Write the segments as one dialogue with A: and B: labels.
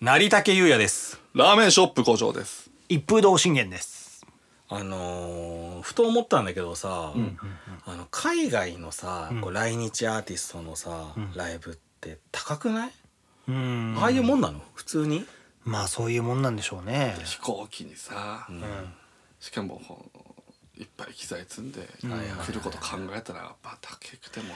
A: 成竹優也です
B: ラーメンショップ古城です。
C: 一風堂信玄です。
A: あのーふと思ったんだけどさ、あの海外のさ、こう来日アーティストのさ、ライブって高くない、
C: うん
A: ああいうもんなの普通に
C: まあそういうもんなんでしょうね。
B: 飛行機にさ、
C: うん
B: しかもこういっぱい機材積んで来ること考えたらやっぱ高くても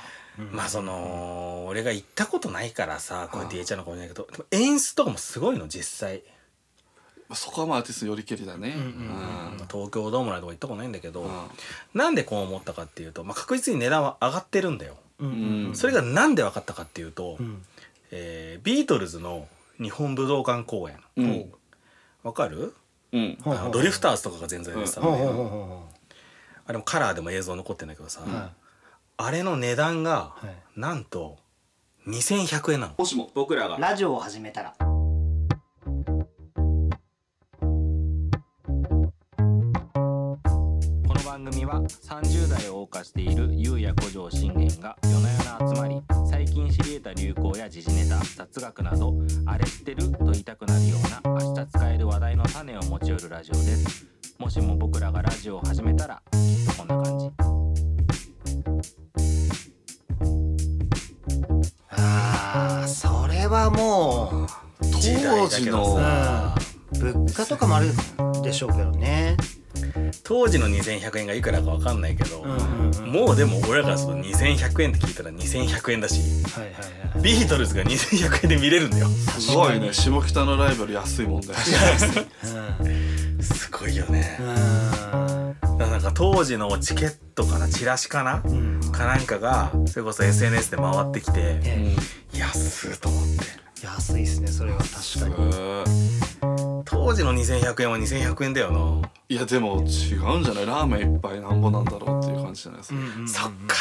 A: まあその俺が行ったことないからさこうやって言えちゃうのかもしれないけどでも演出とかもすごいの実際
B: そこはまあアーティストよりけりだね。
C: んうん
A: 東京ドームなんてとか行ったことないんだけど、
B: うん
A: なんでこう思ったかっていうと、まあ、確実に値段は上がってるんだよ、
C: うん
A: それがなんで分かったかっていうと、
C: うん
A: えービートルズの日本武道館公演
B: うん
A: わかる
B: うん
C: ほう
A: あ
C: ほう
A: のドリフターズとかが全然出てた
C: ほう
A: のね、
C: ほうほうほ
A: あれもカラーでも映像残ってんだけどさ、
C: う。は
A: あれの値段が
C: は
A: なんと2100円なの
B: もしも
A: 僕らが
C: い。ラジオを始めたら。
A: この番組は30代を謳歌しているゆうや古城信玄が夜な夜な集まり最近知り得た流行や時事ネタ雑学などあれ知ってると言いたくなるような明日使える話題の種を持ち寄るラジオですもしも僕らがラジオを始めたらきっとこんな感じ
C: ああ、それはも
B: 当時の
C: う、物価とかもあるでしょうけどね。
A: 当時の2100円がいくらかわかんないけど、
C: うんうんうん。はい
A: もうでも俺らからすると2100円って聞いたら2100円だし
C: はいはい。
A: ビートルズが2100円で見れるんだよ
B: すごいね下北のライバル安いもんだよ。
C: うん
A: すごいよね
C: うん
A: なんか当時のチケットかなチラシかな
C: うん。
A: かなんかがそれこそ SNS で回ってきて
C: ね
A: 安っと思って
C: 安いですね、それは確かに。
A: 当時の2100円は2100円だよな、
B: いやでも違うんじゃないラーメン一杯なんぼなんだろうっていう感じじゃないですか。
C: うんうん
A: そっか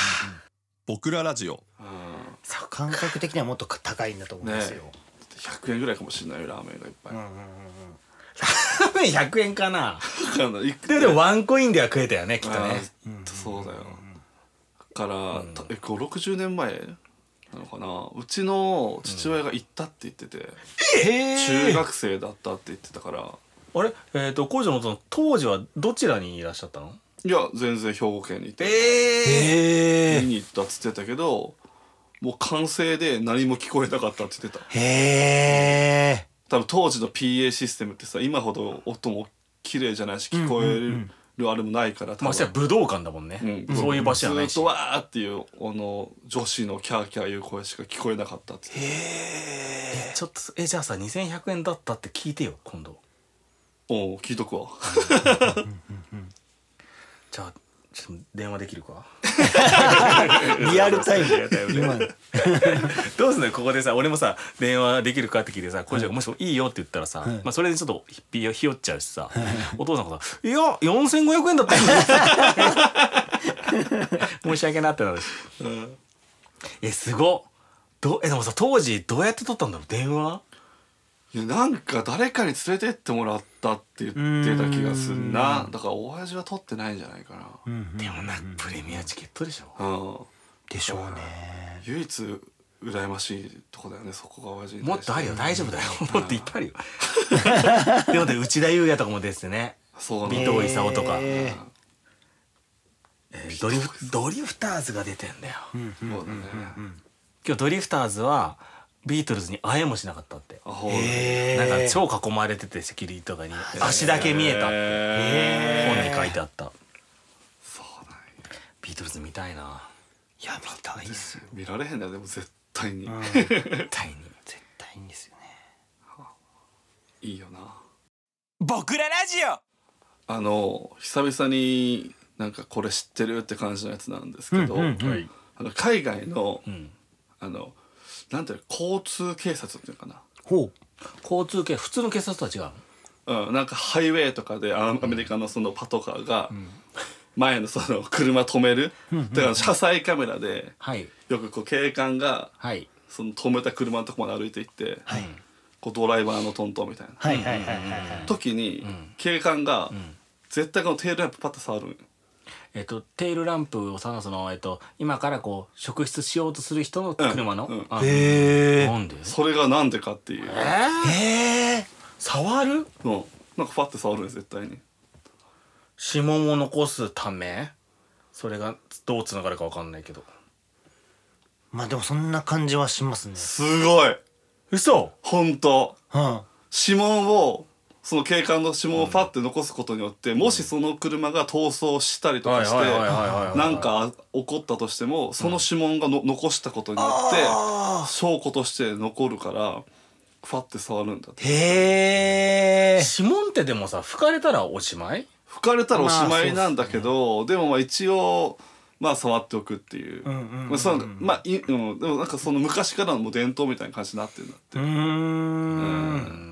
D: 僕らラジオ
B: うん
C: そう感覚的にはもっと高いんだと思うんですよ。
B: 100円ぐらいかもしれないよラーメンがいっぱい。
C: うんうん
B: わ
C: うんうん。
A: ラーメン100円かな
B: かんないいく
A: ででもワンコインでは食えたよねきっと
B: あ
A: ね
B: ーそうだよだから、たえこう60年前なのかなうちの父親が行ったって言ってて、中学生だったって言ってたから
A: あれえっ、と工場のその当時はどちらにいらっしゃったの
B: いや全然兵庫県に行って、
A: ええ
B: 見に行ったっつってたけどもう完成で何も聞こえなかったって言ってた
C: へえ。
B: 多分当時の PA システムってさ今ほど音も綺麗じゃないし聞こえるあれもないから多
A: まあそ
B: 分
A: したら武道館だもんね、
B: うん
A: そういう場所じゃないし
B: ずっとわーっていうあの女子のキャーキャーいう声しか聞こえなかったって言ってた
A: ちょっとえじゃあさ2100円だったって聞いてよ今度
B: おう聞いとくわ
A: じゃあちょっと電話できるか
C: リアルタイム。今の
A: どうすんのよここでさ俺もさ電話できるかって聞いてさ小路がもしもいいよって言ったらさ、まあ、それでちょっとひひよひよっちゃうしさ、お父さんがさ「いや4500円だったよ」 申し訳なってなるし
B: うん
A: えすごっどえでもさ当時どうやって撮ったんだろう電話
B: いやなんか誰かに連れてってもらったって言ってた気がすんなだから親父は取ってないんじゃないかな
A: でもなプレミアチケットでしょ
B: うん、
C: でしょうね。
B: 唯一羨ましいとこだよねそこが親父に
A: もっ
B: 対して
A: とあるよ大丈夫だよもっといっぱいあるよでもね内田裕也とかも出ててね
B: そ
A: 尾
B: うね
A: 藤勲とか、
B: う
C: へ
B: ん
C: ー
A: えードリフドリフターズが出てんだよ、
B: そうだね
A: 今日ドリフターズはビートルズに会えもしなかったって
B: あほう
C: へ
A: なん
C: ー
A: か超囲まれててセキュリティとかに足だけ見えたって本に書いてあった
B: そうだね
A: ビートルズ見たいな
C: やみたいっすよ。
B: 見られへんだよでも絶対に、
A: 絶対に
C: 絶対にですよね。
B: いいよな
A: 僕らラジ
B: あの久々になんかこれ知ってるって感じのやつなんですけど、
A: はい
B: あの海外の、
A: オ、うん、
B: あのなんていうの交通警察っていうのかな
C: ほう。
A: 交通系普通の警察とは違うの
B: うん、なんかハイウェイとかであアメリカのそのパトカーが前のその車止める、だから車載カメラで
A: はい
B: よくこう警官が
A: はい
B: その止めた車のとこまで歩いていって、
C: はい
B: こうドライバーのトントンみたいな、
C: はいはいはいはいはい。
B: 時に警官が絶対このテールランプパッと触るんよ
A: えっとテールランプをさそのえっと今からこう職質しようとする人の車の、
B: うんうん
A: あ
C: へえ。
A: なんで
B: それがなんでかっていう
A: えー、触る
B: うんなんかファって触るね絶対に
A: 指紋を残すためそれがどうつながるかわかんないけど
C: まあでもそんな感じはしますね。
B: すごい
A: 嘘
B: 本当
C: は
B: 指紋をその警官の指紋をパッて残すことによって、もしその車が逃走したりとかして
A: はいはいはいはいはいはい
B: なんか起こったとしてもその指紋がの、残したことによって証拠として残るからファって触るんだって
C: あ、へえ。
A: 指紋ってでもさ拭かれたらおしまい
B: 吹かれたらおしまいなんだけど、でもまあ一応まあ触っておくっていう,、
C: うんうんうんうん
B: まあそうまあい、うん、でもなんかその昔からのもう伝統みたいな感じになってるんだって
C: うーん。
A: うん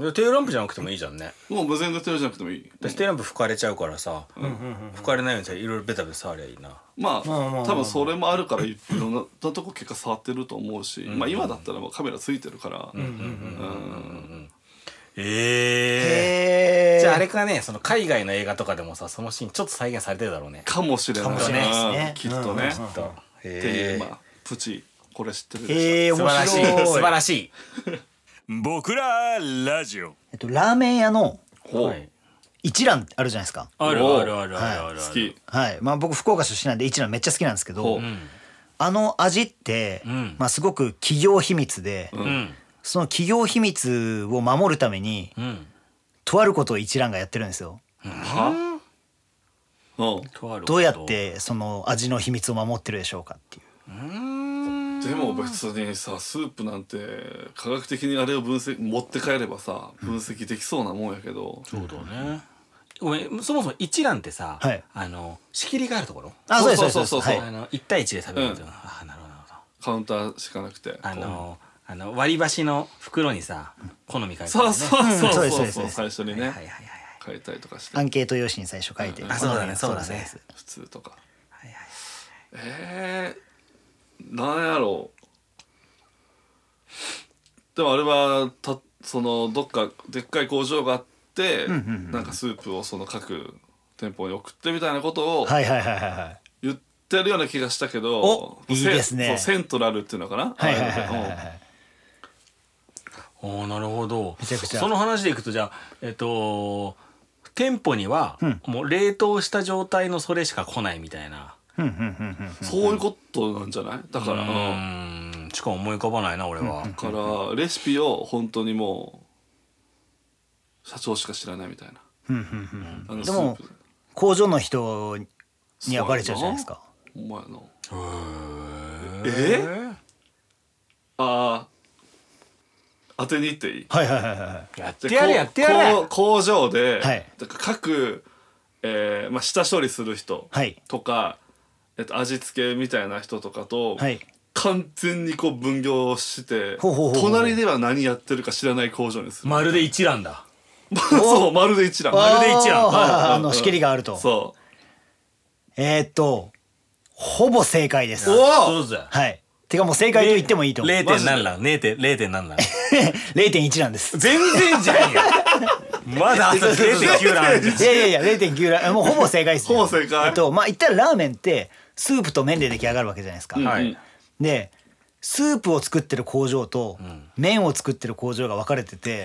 A: でテールランプじゃなくてもいいじゃんね
B: もう無線で手じゃなくてもいい
A: 私テールランプ拭かれちゃうからさ、
C: うん
A: 拭かれないようにさいろいろベタベタ触りゃいいな
B: まあ、
C: まあまあまあ
B: 多分それもあるからいろんなとこ結果触ってると思うし、まあ今だったらもうカメラついてるから、うん
A: ええ
C: へえ。
A: じゃああれかねその海外の映画とかでもさそのシーンちょっと再現されてるだろうね
B: かもしれな
A: か
B: い
A: もしれ
C: ないですね
B: うんきっとね、
C: うんうんうん
B: っ
A: とへ
B: ていう、
A: え
B: まあプチこれ知ってるでしょ、
C: へえ、
A: 素
C: 面
A: 晴ら
C: 白い。
A: しい素晴らしい
E: 僕らラジオ
C: えっとラーメン屋の
B: ほう
A: はい
C: 一蘭ってあるじゃないですか。
A: あるあるあるあるあるある
B: 好き
C: はい。まあ僕福岡出身なんで一蘭めっちゃ好きなんですけ
B: ほ
C: ど、
B: う
C: あの味って、
A: うん
C: まあすごく企業秘密で、
A: うん
C: その企業秘密を守るために
A: うん
C: とあることを一蘭がやってるんですよ。
B: はうん
A: とある
C: どうやってその味の秘密を守ってるでしょうかっていう。
B: でも別にさスープなんて科学的にあれを分析持って帰ればさ分析できそうなもんやけど、
A: そうだねごめんそもそも一覧ってさ、
C: はい
A: あの仕切りがあるところ
C: あ、そうです
B: そう
C: そ
B: そうう
C: で
B: そ
C: す。
B: うそう
C: は
A: あ
C: い。
A: の一対一で食べるっていう
B: うん
A: のああなるほどなるほ
B: カウンターしかなくて
A: どあのあの割り箸の袋にさ好み書いてある
B: そ
A: よ
B: う
A: ね
B: そうそうそ
C: うん
B: う
C: そう
B: そう
C: ですそうです
B: 最初に
A: はい
B: ね
A: はいはいはい
B: 書いたりとかして
C: アンケート用紙に最初書いて。
A: あそうだねそうだね
C: そうですそうです
B: 普通とか
A: はいはい
B: えー、なんやろうでもあれはたそのどっかでっかい工場があって、なんかスープをその各店舗に送ってみたいなことを
C: はいはいはいはいはい。
B: 言ってるような気がしたけど
C: お
B: せ
C: いいですね
B: そうセントラルっていうのかな
C: はいはいはいはいは
B: あれ
C: い。
A: おーなるほど
C: めちゃくちゃ
A: その話でいくとじゃあえっと店舗にはもう冷凍した状態のそれしか来ないみたいな
C: うんうんうんうん。
B: そういうことなんじゃないだから、
A: う
B: うん
A: ーんしか思い浮かばないな俺は
B: だからレシピを本当にもう社長しか知らないみたいなあの
C: でも
B: スープ
C: 工場の人にはバレちゃうじゃないですか。
B: お前の
A: え
B: ああ当てにいっていい
C: はいはいはいはいはい。
A: やっ
B: じゃ
A: て
B: あ
A: やれ
B: こう
A: やってやれ
B: こう工場で、
C: はい
B: だから各、えーまあ、下処理する人
C: はい
B: とか、えっと、味付けみたいな人とかと、
C: はい
B: 完全にこう分業して
C: ほうほうほうほう
B: 隣では何やってるか知らない工場にする、
A: まるで一覧だ
B: そうまるで一覧
A: あ
B: ま
A: ー
B: る
A: で一覧
C: あーはいはいはい
B: うん
C: あの仕切りがあると
B: で。そ
C: えーっとほぼ正解です。
B: お
A: そうぜ
C: はい。てかもう正解と言ってもいいと思う。
A: 0点何欄0点0点 何欄
C: 0.1なんです。
A: 全然じゃんよまだあ と0.9欄あるじゃん
C: いやいやいや0.9ラもうほぼ正解です、ね。
B: ほぼ正解
C: えっとまあ言ったらラーメンってスープと麺で出来上がるわけじゃないですか。
B: う、
A: はい
B: うん
C: でスープを作ってる工場と麺を作ってる工場が分かれてて。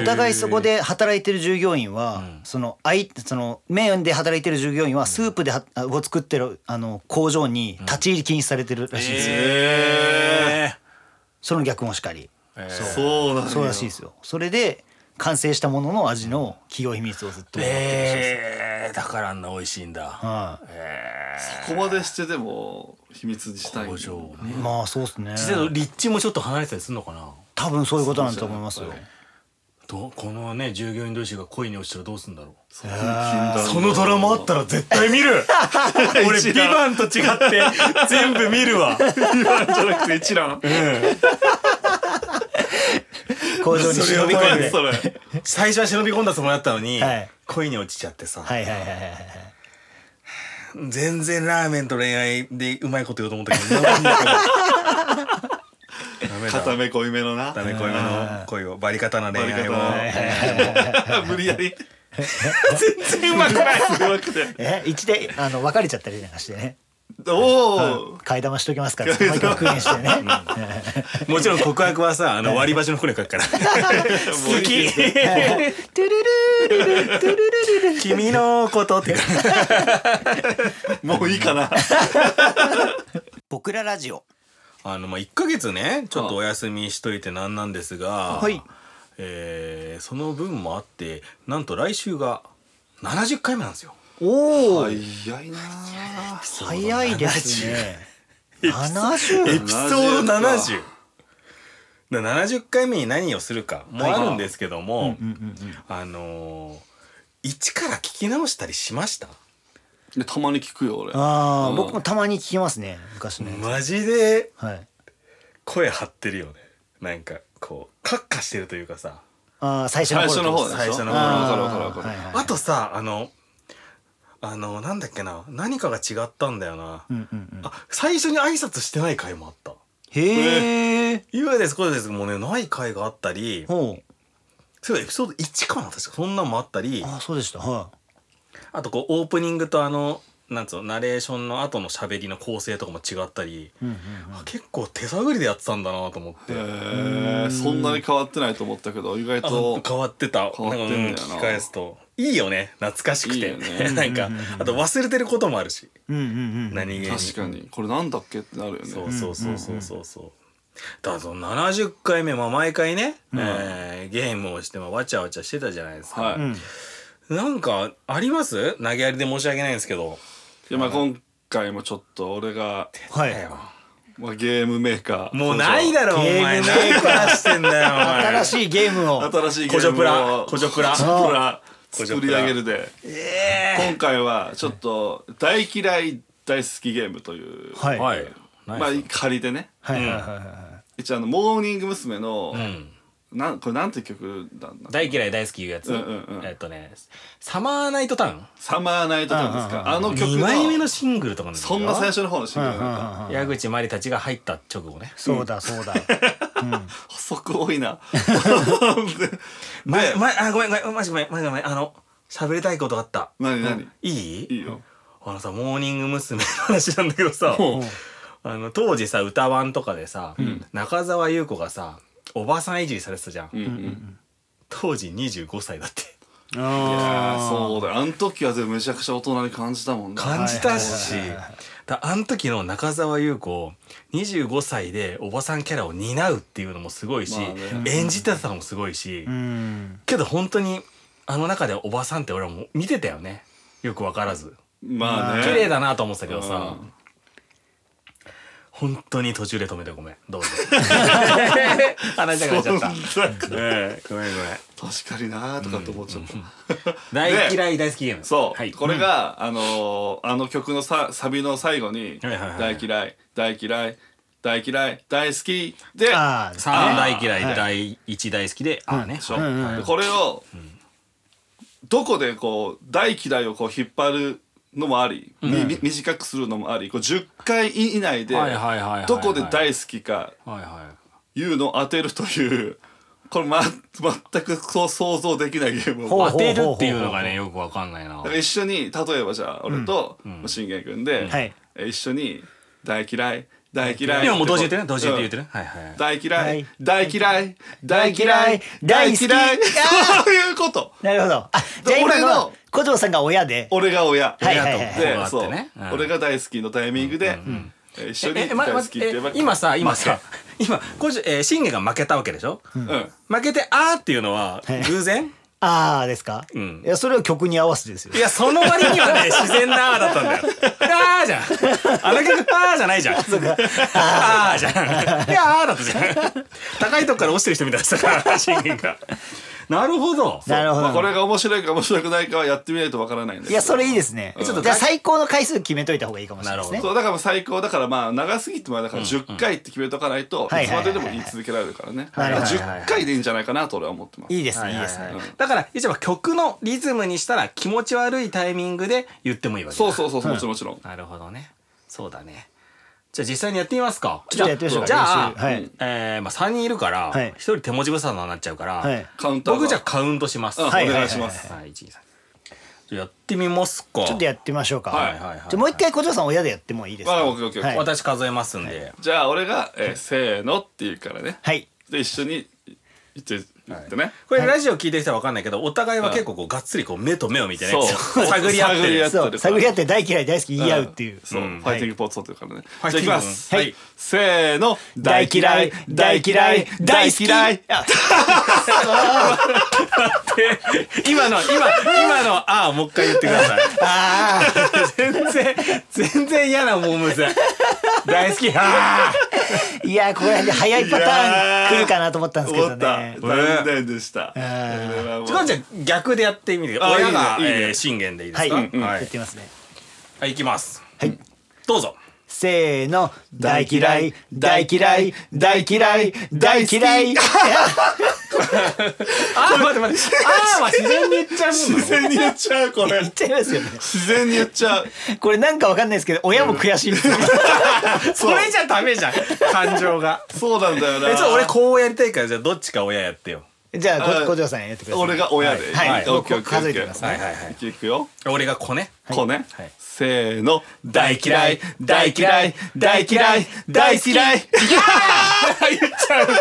C: お互いそこで働いてる従業員は、そのあいその麺で働いてる従業員はスープでは、を作ってるあの工場に立ち入り禁止されてるらしいですよ、
A: えー
C: その逆もしかり
B: そうなんや
C: そうらしいですよそれで完成したものの味の企業秘密をずっと守ってるらしいです、
A: えーだからあんな美味しいんだ
C: はい
B: そこまでしてでも秘密にしたい
A: 工場をね
C: まあそうですね
A: 実際立地もちょっと離れてたりするのかな
C: 多分そういうことなんだと思いますよ
A: どこのね従業員同士が恋に落ちたらどうすんだろう
B: そう禁断
A: そのドラマあったら絶対見る 俺「ビバンと違って全部見るわ
B: じゃなくて一覧
C: 工場に忍び
A: それ
C: 込
A: は
C: んで
B: それ
A: 最初は忍び込んだつもりだったのに、
C: はい
A: 恋に落ちちゃってさ、
C: はいはいはいはいはい
A: 全然ラーメンと恋愛でうまいこと言おうと思った けどなんだけどダメだ
B: 固め濃いめのな
A: ダメ恋の恋をバリカタな恋愛を
B: バリカ無理やり
A: 全然うまくない
B: すごくて
C: え一であの別れちゃったりなんかしてね
B: おお
C: 買い玉しときますから毎回訓練してね
A: もちろん告白はさあの割り箸の船書くから 好き
C: トゥルルルルルトゥルルルル
A: 君のことって
B: もういいかな
C: 僕らラジオ
A: あのまあ1ヶ月ねちょっとお休みしといてなんなんですが、
C: はい
A: えーその分もあってなんと来週が70回目なんですよ。
C: おお
B: 早いな
C: 早いですね70
A: エピソード70だ
B: 70
A: から70回目に何をするかもあるんですけども、あのー一から聞き直したりしました
B: でたまに聞くよ俺
C: ああ、
B: うん
C: 僕もたまに聞きますね昔のやつ、
A: マジで
C: はい
A: 声張ってるよねなんかこうカッカしてるというかさ
C: ああ最初の
B: 最初の方で
C: で
B: すしょ
A: 最初の方
B: わかるわかるわかる、
C: はいはい
A: あとさあのあのなんだっけな何かが違ったんだよな、
C: うんうんうん
A: あ最初に挨拶してない回もあった
C: へえ
A: 今ですこうですもうねない回があったり
C: ほう
A: そういえばエピソード1かな確かそんなんもあったり
C: ああそうでしたは
A: あとこうオープニングとあのなんつうのナレーションの後の喋りの構成とかも違ったり、
C: い、うんうん
A: あ結構手探りでやってたんだなと思って
B: へーそんなに変わってないと思ったけど意外
A: あ
B: と
A: 変わってた
B: 変わってんだよな
A: なんかうん聞き返すといいよね懐かしくて
B: いいよね
A: なんかあと忘れてることもあるし、
C: うんうんうんうん
A: 何気に
B: 確かにこれなんだっけってなるよね
A: そうそうそうそうそうそう。だからその70回目、まあ、毎回ね、えーゲームをして、まあ、わちゃわちゃしてたじゃないですか、
B: はい、
C: ん
A: なんかあります投げやりで申し訳ないんですけど
B: でまあ今回もちょっと俺が、
C: はい
B: まあ、ゲームメーカー
A: もうないだろお
C: ゲーム
A: 前何話してんだよお前
C: 新しいゲームを
B: 新しいゲ
A: コジ
B: ー
A: ョプ
B: ム
A: ラ
B: を
A: コジョプラ
B: コジョプラ
A: コジョ
B: 作
A: プ
B: り
A: ラ
B: 上げるで、今回はちょっと大嫌い大好きゲームという、
C: はいはい
A: い
B: まあ仮でね
C: はいはいは
B: 一応あのモーニング娘。の、
A: うん
B: なんこれなんて曲なんだ
A: 大嫌い大好きいうやつ、
B: うんうんうん
A: えっとね「サマーナイトタウン
B: サマーナイトなんですかあの」曲
A: 2枚目の
B: の
A: シングルとかなんですよ
B: そんな最初の方のシングルなん
C: い
B: だ
C: はい
A: 矢口真理たちが入った直後ね
C: そうだそうだ
B: 細く多 いな
A: ま、ま、あ、ごめん、ごめん、マジごめん、マジごめん、あの、喋りたいことがあった。
B: 何何
A: いい
B: いいよ
A: あのさ、モーニング娘。の話なんだけどさ、あの、当時さ、歌ワンとかでさ、中澤優子がさ、おばさんいじりされてたじゃん。
B: うんうん
A: 当時25歳だって。
B: いや
C: あ
B: ーそうだよあの時は全部めちゃくちゃ大人に感じたもんね
A: 感じたし
C: はいはいはいはい、
A: だあの時の中澤優子、25歳でおばさんキャラを担うっていうのもすごいし、
B: まあ
A: 演じてたのもすごいし、
C: ーうん
A: けど本当に、あの中でおばさんって俺はもう見てたよね。よくわからず。
B: まあね
A: 綺麗だなと思ってたけどさ、
B: うん
A: 本当に途中で止めてごめんどう ぞ話が変わっちゃった、ええごめんごめん
B: 確かになーとかって思っちゃった、
A: 大嫌い大好きゲーム
B: そう、
A: はい、
B: これが、あのーあの曲のさサビの最後に「
A: はいはいはい
B: 大嫌い大嫌い大嫌い大好き」で
C: ああ
A: 三
B: あ
A: 大嫌い、第一大好きで、ああね、
B: そう
A: はい
B: でこれを、どこでこう大嫌いをこう引っ張るのもあり、みみ短くするのもありこう10回以内で
A: はいはいはいはい
B: どこで大好きか
A: はいは
B: いうのを当てるというこれ、ま、全くそう想像できないゲームを
C: ほう
A: い当てるっていうのがねよくわかんないな
B: だから一緒に例えばじゃあ俺と信玄君で、
C: はい
B: え一緒に大嫌い大嫌い
A: 今もう同時言ってね同時言って
B: う
A: 言
B: ん
A: ってね、はいはい
B: 大
C: は
B: 嫌
C: い
B: い大嫌い大嫌い
C: 大
B: 大
C: 好き
B: 嫌いそういうこと
C: なるほどあじゃあ今
B: 俺
C: の
B: の
C: 小城さんが親で
B: 俺が親
C: はい
A: 親
C: はい
A: と
C: はい
A: 子があ
B: で
A: っ
B: そう
A: てね、うん
B: 俺が大好きのタイミングでえ一緒に
A: ええま
B: 大好
A: ま
B: きって
A: え
B: 言えば
A: 今さ今さ今こじえー、信玄が負けたわけでしょ、
B: うん
A: 負けてあーっていうのは偶然、
C: ああですか、
A: ん
C: いやそれを曲に合わせてですよ
A: いや、その割には ね、自然なあーだったんだよ。あーじゃん。あの曲、あーじゃないじ ゃん。あーじゃん。いや、あーだったじゃん。高いとこから落ちてる人みたいでしたから、信玄が。なるほど。
C: なるほど、
B: まあこれが面白いか面白くないかはやってみないとわからないんだけど
C: いやそれいいですね、
B: うん
C: ちょっとじゃあ最高の回数決めといた方がいいかもしれないですね
A: なる
B: そうだから最高だからまあ長すぎてもあれだから10回って決めとかないと
C: うん
B: いつまででも言い続けられるからね
C: はいはいはい
B: 10回でいいんじゃないかなと俺は思ってます
C: いいですね、
A: はいい
C: い
A: はい
C: ですね、
A: はいだから、一応曲のリズムにしたら気持ち悪いタイミングで言ってもいいわけだ
B: そうそうそうもちろんもちろん
A: なるほどね。そうだね。じゃあ実際にやってみますか。
C: ちょっとやってみましょうか
A: じゃあ、
C: 練習はい
A: えーまあ3人いるから、
C: はい
A: 1人手持ち無沙汰になっちゃうから、
C: はい
B: カウンターが
A: 僕じゃあカウントします。
B: うん
C: はい
B: お願いします
A: はい、一二三。やってみますか
C: ちょっとやってみましょうか。
B: は
A: はい
B: い
A: はいはい
C: じゃあもう一回小嬢さん親でやってもいいです
B: あ
C: か。
B: オッケーオッケーオッケー
C: はい。
A: 私数えますんで、
B: じゃあ俺が、えーせーのって言うからね
C: はい
B: で一緒に言って言ってね、
A: これラジオ聞いてる人は分かんないけどお互いは結構こうがっつりこう目と目を見てね
B: そ う
A: 探り合って
B: 探り合
A: る
B: っ
C: そ
B: やってるか
C: う
B: ら
C: 探り合って大嫌い大好き言い合うっていう。
B: そう、
A: うん
B: ファイティングポーズ取ってるからね、
A: はい
B: じゃあいきます、
A: はい
B: せーの
C: 大嫌い大嫌い大好き
B: 大嫌い
C: あ
A: 今の今今の「ああ」もう一回言ってください
C: あー
A: 全然全然嫌なモームス大好きあ
C: いやーここら辺で早いパターン来るかなと思ったんですけ
B: 思
C: ど
B: った
C: ね。
B: 残念でした、これはもう
A: ちょっとじゃあ逆でやってみて
B: あ
A: 親が
B: いいねいいね
A: えー信玄でいいで
C: は
A: す
C: い
A: か
C: や
A: は
C: っ
A: い
C: てますね。
A: はいいきますどう ぞ
C: せーの大嫌い大嫌い大嫌い大嫌 い。
A: あー待って待ってあーは自然に言っちゃうもん
B: 自然に言っちゃうこれ
C: 言っ ちゃいますよね。
B: 自然に言っちゃう
C: これなんかわかんないですけど親も悔しいです。
A: それじゃダメじゃん感情が
B: そうなんだよな
A: えちょっと俺こうやりたいからじゃあどっちか親やってよ
C: じゃあ
B: あ
C: こ小嬢さんやってください。
B: 俺が親で
C: はいはい
B: オッケーオッケーオッケー
C: 数えてくださ
A: はいはいはい
B: いくよ
A: 俺が子ね
B: こうね、
A: はい
B: せーの
A: 大嫌い大嫌い大嫌い大嫌いああ言っちゃう
B: こ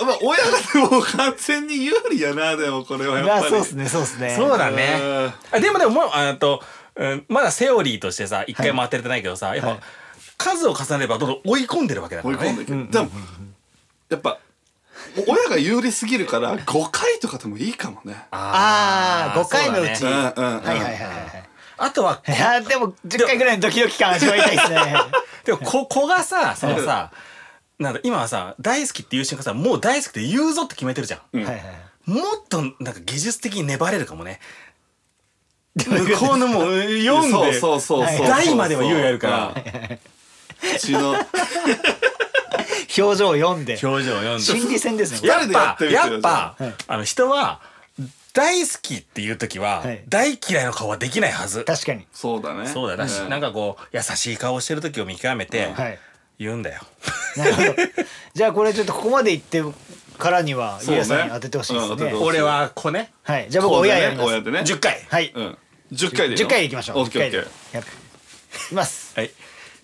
B: れ、まあ、親がでも完全に有利やなでもこれはやっ
C: まあ
B: ぱり
C: そうですねそうですね。
A: そうだね
B: うん。
A: あでもでももうあと、うん、まだセオリーとしてさ一回も当てれてないけどさ、やっぱ、
C: はい
A: 数を重ねればどんどん追い込んでるわけだか
B: 追い
A: ら
B: 込んで
A: ね
B: い。く、でもやっぱ親が有利すぎるから5回とかでもいいかもね
C: ああ
A: ー
C: 5回のうち。
A: そうだ
B: ん
A: ね
B: うんうん、
C: はいはいはいはい。
A: あとはい
C: やーでも10回ぐらいのドキドキ感味わいたいですね。
A: でもこ子がさそのさなんだ今はさ大好きって言う瞬間さもう大好きって言うぞって決めてるじゃん。
B: うん
C: はいはい。
A: もっとなんか技術的に粘れるかもね。向こうのもう読んで
B: そうそうそうそうそう
A: 大までは言うやるから
B: うんうちの
C: 表情を読んで。
A: 表情を読んで
C: 心理戦ですね。
A: やっぱ
B: 二人でやっ
A: や
B: てみて
A: っ
B: くだ
A: ぱ
B: さ、
C: いはい
A: あの人は大好きっていう時は、
C: はい
A: 大嫌いの顔はできないはず
C: 確かに。
B: そうだね
A: そうだな、し
B: ん
A: なんかこう優しい顔してる時を見極めて
C: はい。
A: 言うんだよ、
C: なるほど。じゃあこれちょっとここまで行ってからには
B: そう
C: ゆう
B: ね
C: やさんに当ててほしいです
B: うん当て
C: ね
B: て。ほしい
A: 俺は子ね
C: はい。じゃあ僕親やりま
B: こうだね親
C: す。
B: でね
A: 10回
C: はい。
B: うん10回でいい
C: 10回いきましょう。
B: オッケーオッケ
C: 10
B: ー
C: 回でやっいきます。
A: はい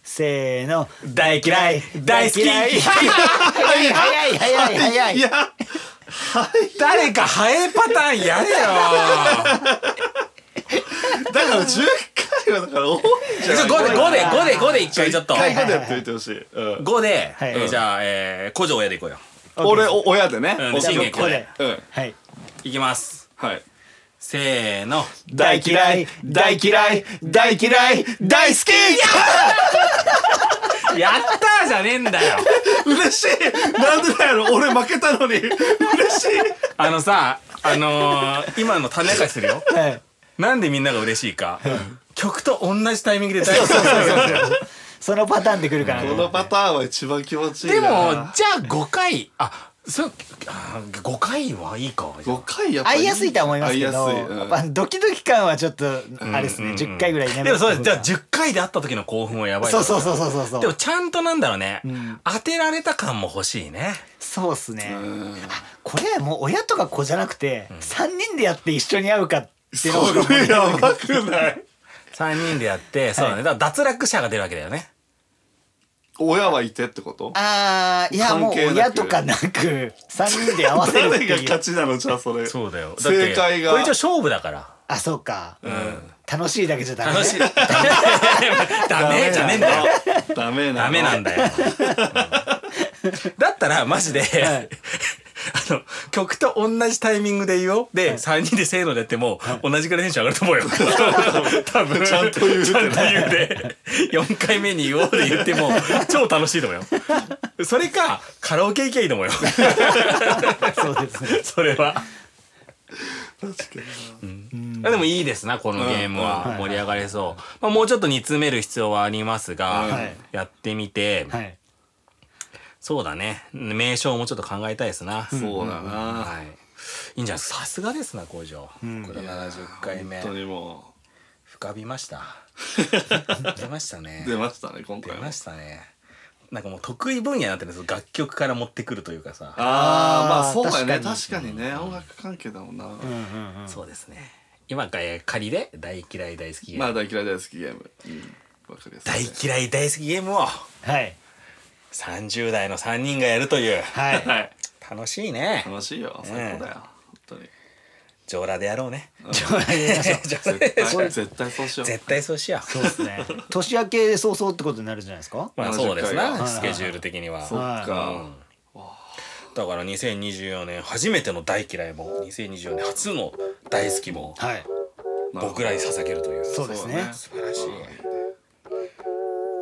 C: せーの。
A: 大嫌い大好き
C: 嫌い早い早い早い早
B: い
C: い。
B: や
A: 誰かハエパターンやれ よ
B: だから10回はだから多いんじ
A: じゃ
B: ゃ
A: あ
B: ない
A: 5で5で5で5で1回ちょっと
B: 回5でやってみてほしい、うん、
A: 5で、
C: はい
A: えーじゃあ、えー、古城親でいこうよ
B: 俺お親でね、
A: うん
B: オッケー
A: 信玄
C: これ。
B: うん
C: はい。
A: いきます
B: はい
A: せーの
C: 大嫌い大嫌い
B: 大嫌い大好き
A: やったーじゃねえんだよ
B: 嬉しいなんでだよ俺負けたのに嬉しい
A: あのさ、あのー、今の種明かしするよ。
C: はい。
A: なんでみんなが嬉しいか。曲と同じタイミングで大好き。
C: そのパターンで来るかなと
B: こ
C: 思
B: の
C: って。
B: パターンは一番気持ちいい
A: でも、じゃあ
B: な
A: 5回、あ、そう、あ5回はいいか。
B: 5回やっぱ
C: 合いやすいとは思いますけど、
B: 合いやすい、うん
C: やっぱドキドキ感はちょっとあれですね、10回ぐらいね。
A: でもそうです。じゃあ10回で会った時の興奮はやばい。
C: そうそうそうそうそうそう。
A: でもちゃんとなんだろうね、
C: ん
A: 当てられた感も欲しいね。
C: そうっすね。
B: うん
C: これもう親とか子じゃなくて、三人でやって一緒に会うかっていうのが
B: そ れやばく ない
A: 3人でやって、そうだね。だから脱落者が出るわけだよね。
B: 親はいてってこと
C: あーいやもう
B: 関係な
C: 親
B: く
C: とかなく三人で合わせるって
B: 誰が
C: い
B: 勝
C: う。
B: ちなのじゃあそれ
A: そうだよ。
B: 正解が
A: これ一応勝負だから。
C: あそうか、楽しいだけじゃダメ。
A: 楽しい。ダメじゃねえんだよ。
B: ダメな
A: ダ
B: の
A: メなんだよ。だったらマジで、あの曲と同じタイミングで言おうで、3人でせーのでやっても、同じくらいテンション上がると思うよ 多分
B: ちゃんと言うって
A: ちゃんと言うで4回目に言おうで言っても超楽しいと思うよそれかカラオケ行けばいいと思うよ
C: そうですね。
A: それは
B: 確かに
A: あでもいいですなこのゲームは盛り上がれそう、まあ、もうちょっと煮詰める必要はありますが、
C: はい
A: やってみて、
C: はい。
A: そうだね名称もちょっと考えたいですな
B: なそうだな、
A: はい。いいんじゃないさすがですな、工場。これ七十回目。
B: 本当にも
A: 深みました。出ましたね
B: う。出ましたね今
A: 出
B: 回も
A: ましたね。なんかもう得意分野になってるんですよ楽曲から持ってくるというかさ
B: ああま
C: あー
B: あそうだよね
C: 確
B: 確かにね音楽関係だもんな、
A: そうですね今がえー仮で大嫌い大好きゲーム、
B: まあ大嫌い大好きゲーム、うん、わかりやすい
A: 大
B: ね、
A: 嫌い大好きゲームを
C: はい
A: 30代の3人がやるという
C: はい
B: はい
A: 楽しいね
B: 楽しいよ最高だよ、本当に
A: 上裸でやろうね上裸で
B: 絶対絶対そうしよう
A: 絶対そうしよう
C: そうですね年明け早々ってことになるじゃないですか
A: まあそうです
B: はいはい
C: は
A: ないスケジュール的には
B: そっか、
A: だから2024年初めての大嫌いも2024年初の大好きも
C: はい
B: なるほど
A: 僕らに捧げるという
C: そうですね
A: 素晴らしい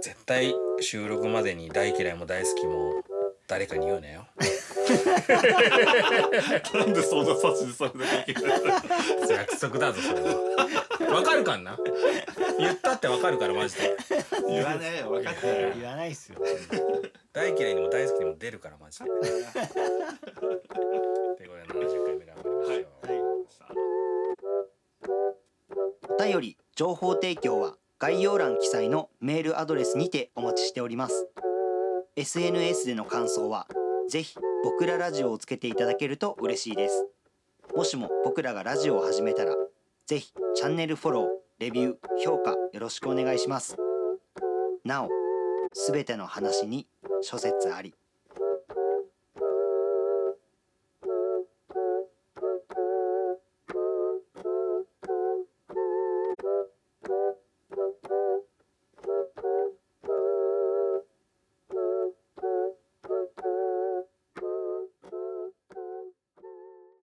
A: 絶対収録までに大嫌いも大好きも誰かに言うなよ
B: なんでそんな指図されなきゃいけないの
A: 約束だぞそれはわかるかんな言ったってわかるからマジで
B: 言わねえよ分かってる
C: 言わないっすよ
A: 大嫌いにも大好きにも出るからマジでということで70回目で頑張りましょう、
C: お便り情報提供は概要欄記載のメールアドレスにてお待ちしております SNS での感想はぜひ僕らラジオをつけていただけると嬉しいですもしも僕らがラジオを始めたらぜひチャンネルフォローレビュー評価よろしくお願いしますなおすべての話に諸説あり